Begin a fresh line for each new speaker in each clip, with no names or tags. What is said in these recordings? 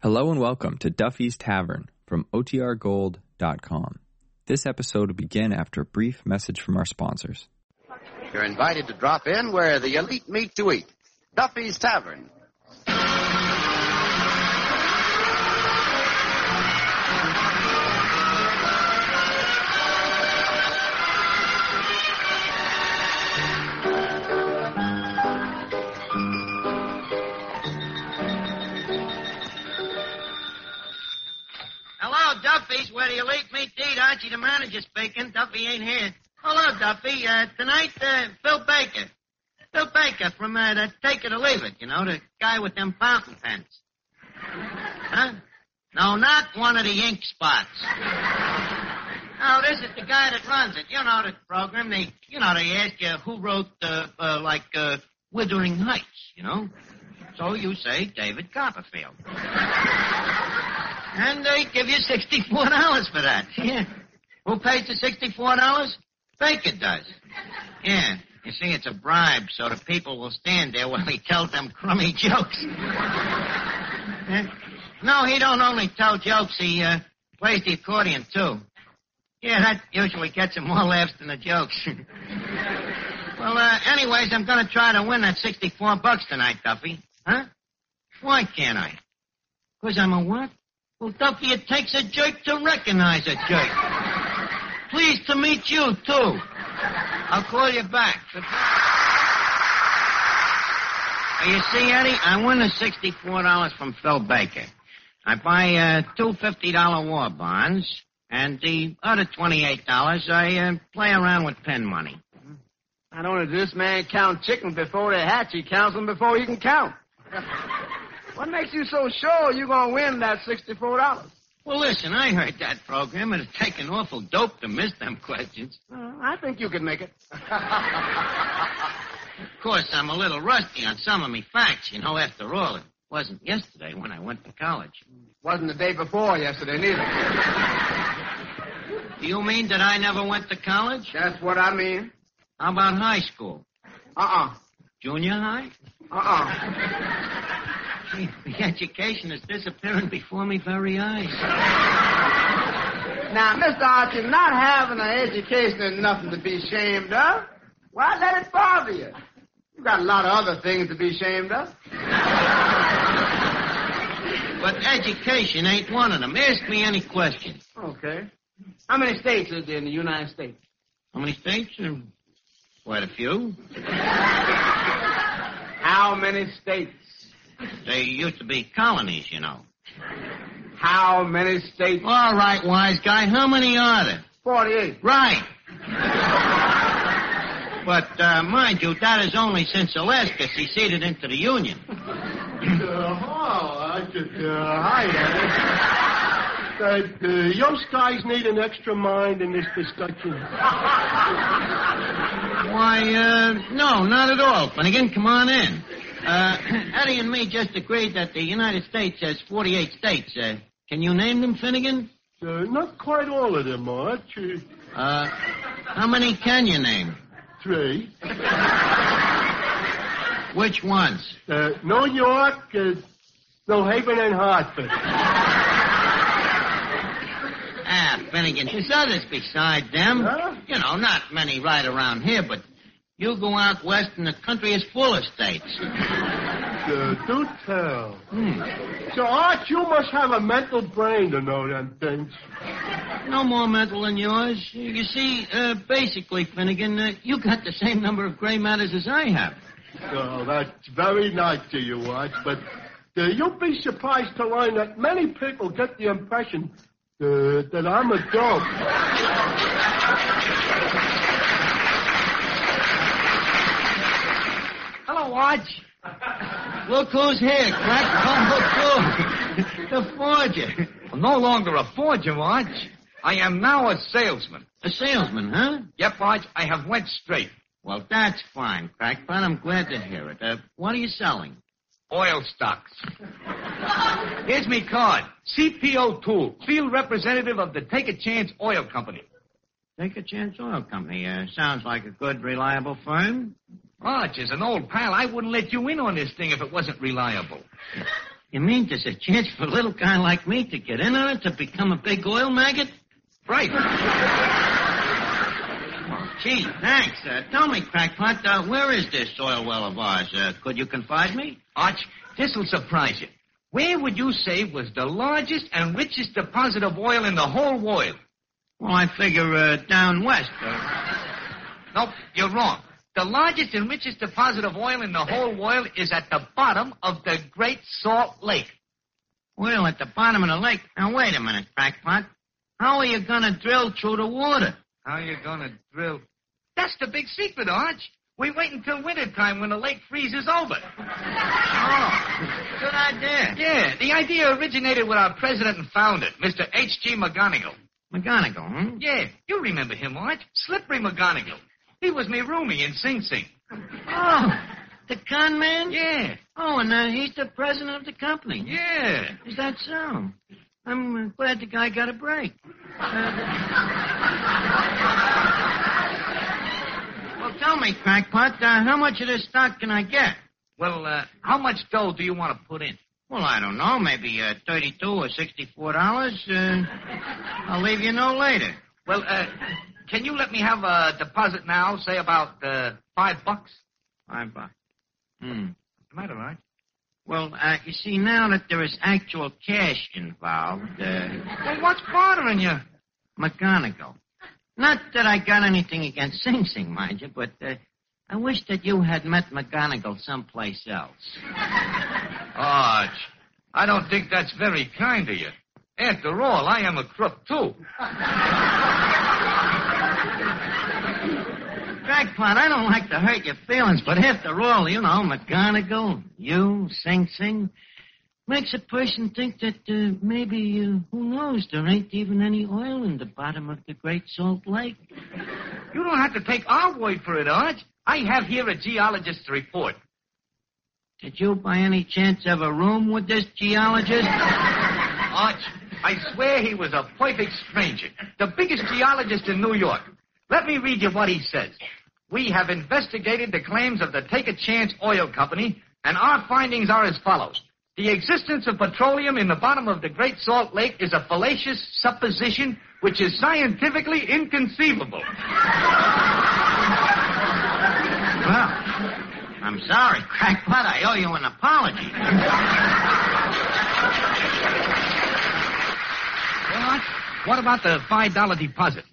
Hello and welcome to Duffy's Tavern from OTRGold.com. This episode will begin after a brief message from our sponsors.
You're invited to drop in where the elite meet to eat. Duffy's Tavern.
Hello, Duffy's. Where do you leak me deed? Archie, the manager, speaking. Duffy ain't here. Hello, Duffy. Uh, tonight, uh, Phil Baker. Phil Baker from uh, the Take It or Leave It, you know, the guy with them fountain pens. Huh? No, not one of the ink spots. No, this is the guy that runs it. You know the program. They, you know, they ask you who wrote, uh, uh, like, uh, Withering Heights, you know? So you say David Copperfield. And they give you sixty-four dollars for that. Yeah. Who pays the sixty-four dollars? Baker does. Yeah. You see, it's a bribe, so the people will stand there while he tells them crummy jokes. Eh? no, he don't only tell jokes. He uh, plays the accordion too. Yeah, that usually gets him more laughs than the jokes. well, uh, anyways, I'm going to try to win that sixty-four bucks tonight, Duffy. Huh? Why can't I? Because I'm a what? Well, Duffy, it takes a jerk to recognize a jerk. Pleased to meet you, too. I'll call you back. Goodbye. Now, You see, Eddie, I win the $64 from Phil Baker. I buy uh, two $50 war bonds, and the other $28 I uh, play around with pen money.
Not only does this man count chickens before they hatch, he counts them before he can count. what makes you so sure you're going to win that $64?
Well, listen, I heard that program. It'd take an awful dope to miss them questions.
Uh, I think you could make it.
Of course, I'm a little rusty on some of me facts, you know, after all. It wasn't yesterday when I went to college.
Wasn't the day before yesterday, neither.
Do you mean that I never went to college?
That's what I mean.
How about high school?
Uh-uh.
Junior high?
Uh-uh.
Gee, the education is disappearing before my very eyes.
Now, Mr. Archie, not having an education is nothing to be ashamed of. Why let it bother you? You got a lot of other things to be ashamed of.
But education ain't one of them. Ask me any question.
Okay. How many states is there in the United States?
How many states? Um, Quite a few.
How many states?
They used to be colonies, you know.
How many states?
All right, wise guy. How many are there?
48.
Right. But uh, mind you, that is only since Alaska seceded into the Union.
Uh, oh, I just, uh, hi, Annie. Uh, uh, those guys need an extra mind in this discussion. Uh,
Why, uh, no, not at all. Finnegan, come on in. Uh, Eddie and me just agreed that the United States has 48 states. Uh, can you name them, Finnegan?
Uh, not quite all of them, Arch. Uh,
Uh, how many can you name?
three.
Which ones?
Uh, New York, uh, New Haven, and Hartford.
Ah, Finnegan, there's others beside them.
Huh?
You know, not many right around here, but you go out west and the country is full of states.
Uh, do tell. So, Arch, you must have a mental brain to know them things.
No more mental than yours. You see, uh, basically, Finnegan, uh, you got the same number of gray matters as I have.
Oh, that's very nice to you, Arch, but uh, you'll be surprised to learn that many people get the impression uh, that I'm a dope.
Hello, Watch.
Look who's here, crack Combo Two. the forger.
I'm no longer a forger, Marge. I am now a salesman.
A salesman, huh?
Yep, Marge, I have went straight.
Well, that's fine, Crackpot. I'm glad to hear it. Uh, what are you selling?
Oil stocks. Here's me card. CPO Tool, field representative of the Take a Chance Oil Company.
Take a chance oil company. Uh, sounds like a good, reliable firm.
Ah, Marge, as an old pal, I wouldn't let you in on this thing if it wasn't reliable.
You mean there's a chance for a little guy like me to get in on it to become a big oil maggot? Right. Gee, thanks. Uh, tell me, Crackpot, uh, where is this oil well of ours? Uh, could you confide me?
Arch, this'll surprise you. Where would you say was the largest and richest deposit of oil in the whole world?
Well, I figure uh, down west. Uh,
Nope, you're wrong. The largest and richest deposit of oil in the whole world is at the bottom of the Great Salt Lake.
well, at the bottom of the lake. Now, wait a minute, Crackpot. How are you going to drill through the water?
How you gonna drill? That's the big secret, Arch. We wait until wintertime when the lake freezes over.
Oh, Good idea.
Yeah, the idea originated with our president and founder, Mr. H.G. McGonigal.
McGonagall, hmm?
Yeah, you remember him, Arch. Slippery McGonigal. He was me roomie in Sing Sing.
Oh, the con man?
Yeah,
Oh, and uh, he's the president of the company.
yeah.
Is that so? I'm uh, glad the guy got a break. Uh, well, tell me, Crackpot, uh, how much of this stock can I get?
Well, uh, how much dough do you want to put in?
Well, I don't know, maybe uh, 32 or $64. Uh, I'll leave you no later.
Well, uh, can you let me have a deposit now, say about uh, five bucks?
Five bucks. Hmm.
Am I all right?
Well, uh, you see, now that there is actual cash involved, uh,
Well, what's bothering you?
McGonagall. Not that I got anything against Sing Sing, mind you, but uh, I wish that you had met McGonagall someplace else.
Arch, I don't think that's very kind of you. After all, I am a crook, too.
Crackpot, I don't like to hurt your feelings, but after all, you know, McGonagall, you, Sing Sing, makes a person think that uh, maybe, uh, who knows, there ain't even any oil in the bottom of the Great Salt Lake.
You don't have to take our word for it, Arch. I have here a geologist's report.
Did you, by any chance, have a room with this geologist?
Arch, I swear he was a perfect stranger, the biggest geologist in New York. Let me read you what he says. We have investigated the claims of the Take a Chance Oil Company, and our findings are as follows. The existence of petroleum in the bottom of the Great Salt Lake is a fallacious supposition which is scientifically inconceivable.
Well, I'm sorry, Crackpot. I owe you an apology.
What? What about the $5 deposit?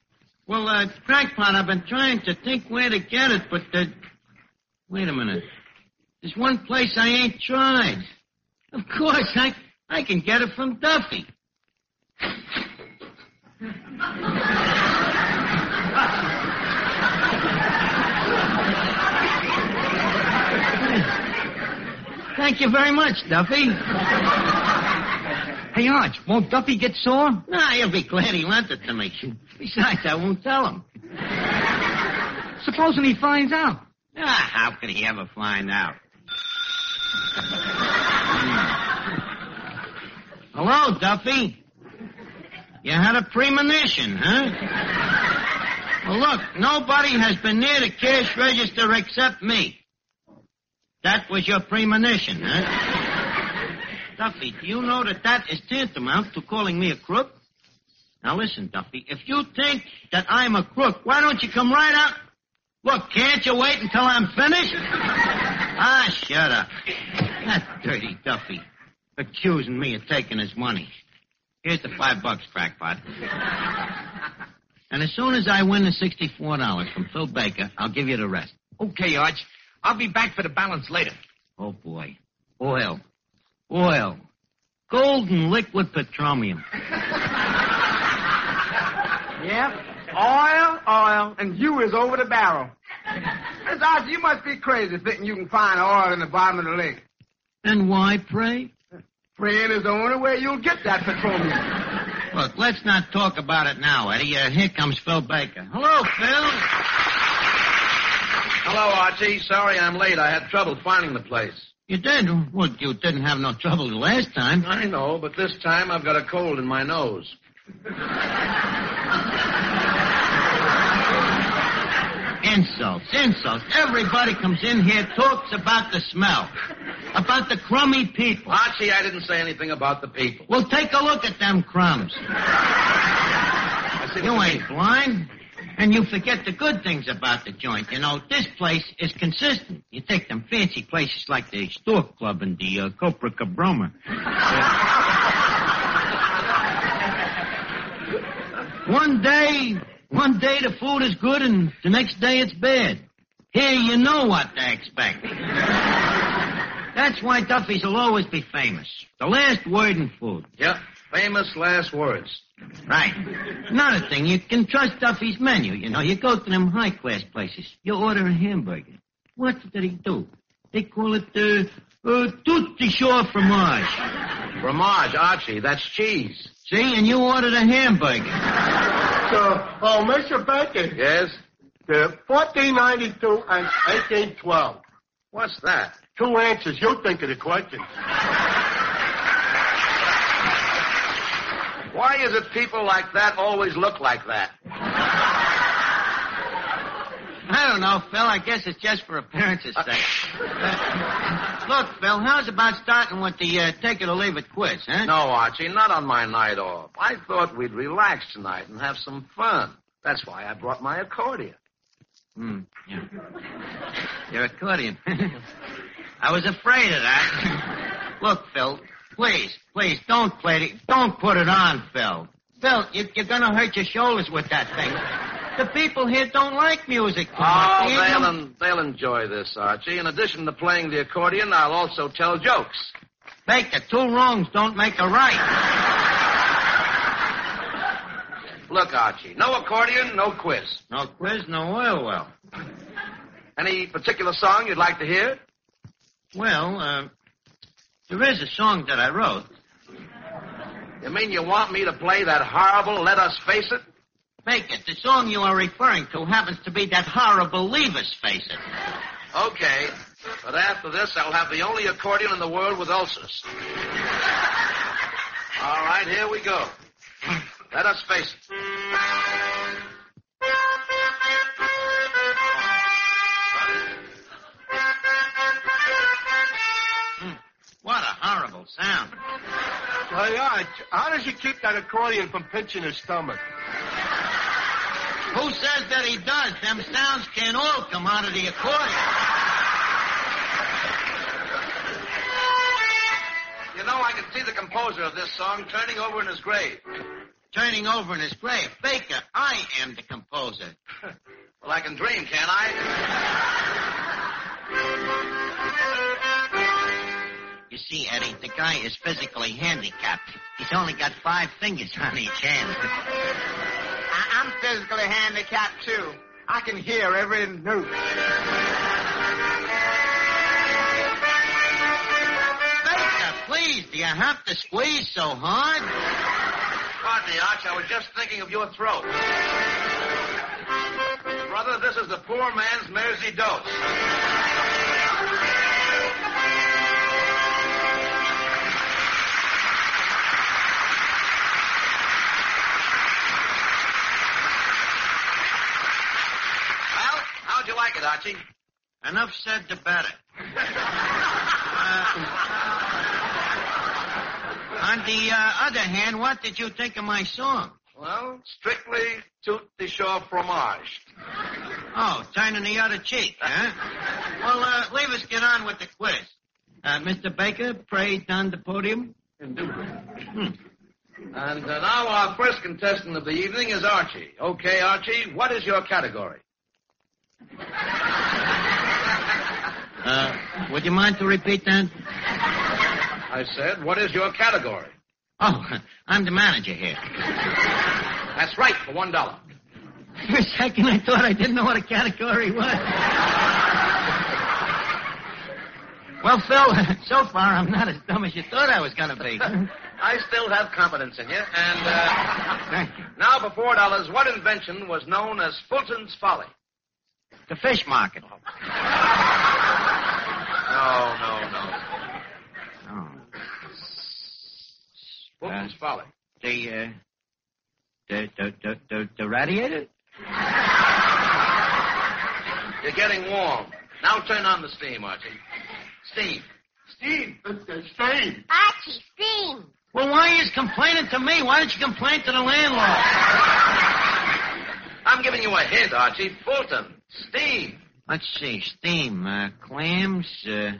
Well, uh, Crackpot, I've been trying to think where to get it, but uh, wait a minute. There's one place I ain't tried. Of course, I I can get it from Duffy. Thank you very much, Duffy.
Hey, Arch, won't Duffy get sore?
Nah, he'll be glad he lent it to me. Besides, I won't tell him.
Supposing he finds out.
Ah, how could he ever find out? Hello, Duffy. You had a premonition, huh? Well, look, nobody has been near the cash register except me. That was your premonition, huh? Duffy, do you know that that is tantamount to calling me a crook? Now listen, Duffy, if you think that I'm a crook, why don't you come right out Look, can't you wait until I'm finished? Ah, shut up. That dirty Duffy. Accusing me of taking his money. Here's the five bucks, crackpot. And as soon as I win the $64 from Phil Baker, I'll give you the rest.
Okay, Arch. I'll be back for the balance later.
Oh, boy. Oil. Oil. Golden liquid petroleum.
Yep. Oil, oil, and you is over the barrel. Miss Archie, you must be crazy thinking you can find oil in the bottom of the lake.
And why, pray?
Praying is the only way you'll get that petroleum.
Look, let's not talk about it now, Eddie. Uh, here comes Phil Baker. Hello, Phil.
Hello, Archie. Sorry I'm late. I had trouble finding the place.
You did? Well, you didn't have no trouble the last time.
I know, but this time I've got a cold in my nose.
Insults, insults. Everybody comes in here, talks about the smell, about the crummy people.
Archie, I didn't say anything about the people.
Well, take a look at them crumbs.
I said-
You ain't blind. And you forget the good things about the joint. You know, this place is consistent. You take them fancy places like the Store Club and the uh, Copra Cabroma. one day, one day the food is good and the next day it's bad. Here you know what to expect. That's why Duffy's will always be famous. The last word in food.
Yeah, famous last words.
Right. Another thing, you can trust Duffy's menu. You know, you go to them high class places. You order a hamburger. What did he do? They call it uh, uh, tutti shore fromage.
Fromage, Archie, that's cheese.
See, and you ordered a hamburger.
So, oh, Mr. Baker,
Yes?
the 1492 and 1812.
What's that?
Two answers. You think of the question.
Why is it people like that always look like that?
I don't know, Phil. I guess it's just for appearances' sake. Uh, look, Phil, how's about starting with the uh, take it or leave it quiz, huh?
No, Archie, not on my night off. I thought we'd relax tonight and have some fun. That's why I brought my accordion.
Hmm, yeah. Your accordion. I was afraid of that. Look, Phil, please, please, don't play it. Don't put it on, Phil. Phil, you, you're going to hurt your shoulders with that thing. The people here don't like music. too
Oh,
much. They ain't
they'll,
no-
en- they'll enjoy this, Archie. In addition to playing the accordion, I'll also tell jokes.
Baker, two wrongs don't make a right.
Look, Archie, no accordion, no quiz.
No quiz, no oil well.
Any particular song you'd like to hear?
Well, uh, there is a song that I wrote.
You mean you want me to play that horrible Let Us Face It?
Baker, the song you are referring to happens to be that horrible Levis face it.
Okay. But after this, I'll have the only accordion in the world with ulcers. All right, here we go. Let us face it.
What a horrible sound.
Hey, Arch, how does he keep that accordion from pinching his stomach?
Who says that he does? Them sounds can't all come out of the accordion.
You know, I can see the composer of this song turning over in his grave.
Turning over in his grave. Baker, I am the composer.
Well, I can dream, can't I?
You see, Eddie, the guy is physically handicapped. He's only got five fingers on each hand.
I- I'm physically handicapped, too. I can hear every note.
Baker, please, do you have to squeeze so hard?
Pardon me, Arch. I was just thinking of your throat. Brother, this is the poor man's Mersey dose. Well, how'd you like it, Archie?
Enough said, the better. Uh, on the uh, other hand, what did you think of my song?
Well, strictly tout de chou fromage.
Oh, turning the other cheek, huh? well, uh, leave us get on with the quiz. Uh, Mr. Baker, pray down the podium.
And uh, now our first contestant of the evening is Archie. Okay, Archie, what is your category?
Uh, would you mind to repeat that?
I said, what is your category?
Oh, I'm the manager here.
That's right, for one dollar.
For a second, I thought I didn't know what a category was. well, Phil, so far I'm not as dumb as you thought I was going to be.
I still have confidence in you. And uh,
Thank you.
now, for four dollars, what invention was known as Fulton's Folly?
The fish market.
No, no, no.
Oh.
Fulton's Folly.
The, uh, the, the, the, the, the radiator?
You're getting warm. Now turn on the steam, Archie. Steam.
Steve, Mr. Steve.
Archie, steam.
Well, why are you complaining to me? Why don't you complain to the landlord?
I'm giving you a hint, Archie. Fulton. Steam.
Let's see, steam, uh, clams, uh,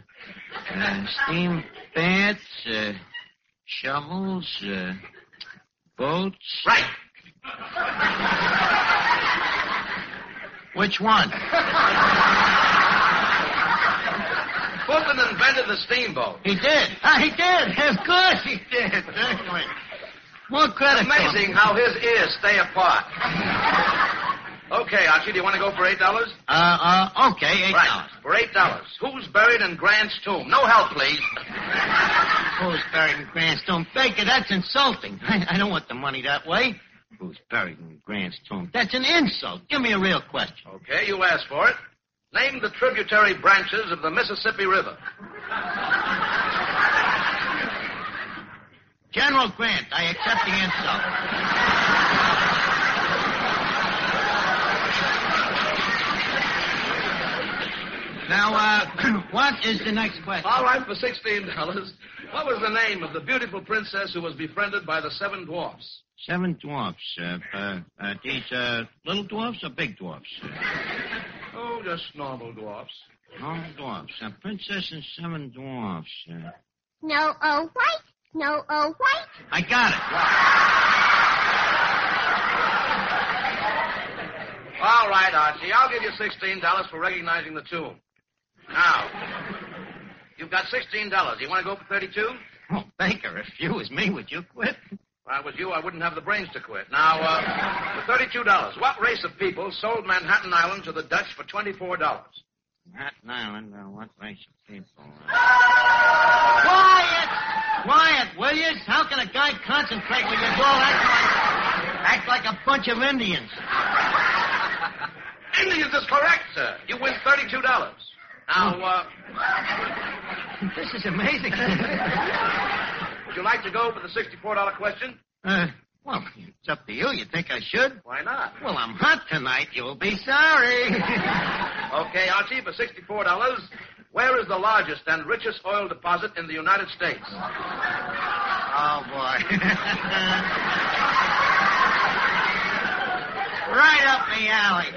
uh, steam bats, uh, shovels, uh, boats.
Right.
Which one?
Fulton invented the steamboat.
He did. Ah, he did. Of course he did. Certainly. More credit. to him.
Amazing how his ears stay apart. Okay, Archie, do you want to go for eight dollars?
Uh, uh, okay, eight
Right.
dollars.
For eight dollars. Who's buried in Grant's tomb? No help, please.
Who's buried in Grandstone? Baker, that's insulting. I, I don't want the money that way. Who's buried in Grandstone? That's an insult. Give me a real question.
Okay, you asked for it. Name the tributary branches of the Mississippi River.
General Grant, I accept the insult. Now, uh, what is the next question?
All right, for sixteen dollars. What was the name of the beautiful princess who was befriended by the seven dwarfs?
Seven dwarfs. Uh, uh, uh, these uh, little dwarfs or big dwarfs? Uh,
Oh, just normal dwarfs.
Normal dwarfs. A princess and seven dwarfs. Uh,
No, oh, white. No, oh, white.
I got it.
All right, Archie, I'll give you sixteen dollars for recognizing the tomb. Now, you've got sixteen dollars. You want to go for thirty-two?
Oh, Baker, if you was me, would you quit?
If I was you, I wouldn't have the brains to quit. Now, uh, for thirty-two dollars, what race of people sold Manhattan Island to the Dutch for twenty-four dollars?
Manhattan Island, uh, what race of people? uh? Quiet! Quiet, will you? How can a guy concentrate when you all act like, act like a bunch of Indians?
Indians is correct, sir. You win thirty-two dollars. Now, uh,
This is amazing.
would you like to go for the sixty-four dollar question?
uh, well, it's up to you. You think I should?
Why not?
Well, I'm hot tonight. You'll be sorry.
Okay, Archie, for sixty-four dollars, where is the largest and richest oil deposit in the United States?
oh, boy. right up the alley.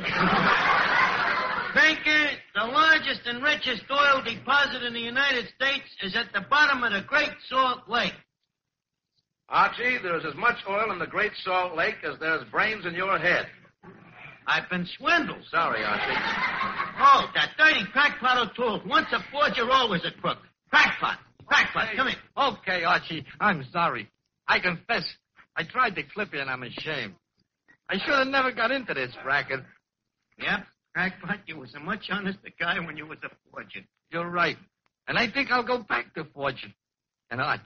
Banker, the largest and richest oil deposit in the United States is at the bottom of the Great Salt Lake.
Archie, there is as much oil in the Great Salt Lake as there's brains in your head.
I've been swindled.
Sorry, Archie.
Oh, that dirty crackpot O'Toole. Once a forger, always a crook. Crackpot. Crackpot, come in.
Okay, Archie, I'm sorry. I confess, I tried to clip you and I'm ashamed. I should have never got into this racket.
Yep, crackpot, you was a much honester guy when you was a forger.
You're right. And I think I'll go back to fortune. And Arch,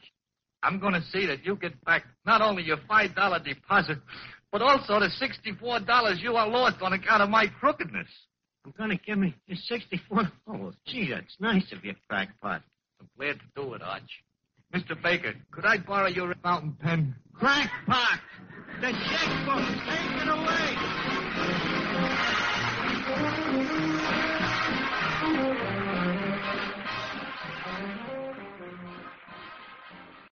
I'm going to see that you get back not only your $5 deposit, but also the $64 you are lost on account of my crookedness.
I'm going to give me your 64. Oh, gee, that's nice of you, crackpot.
I'm glad to do it, Arch. Mr. Baker, could I borrow your fountain pen?
Crackpot! The checkbook, take it away!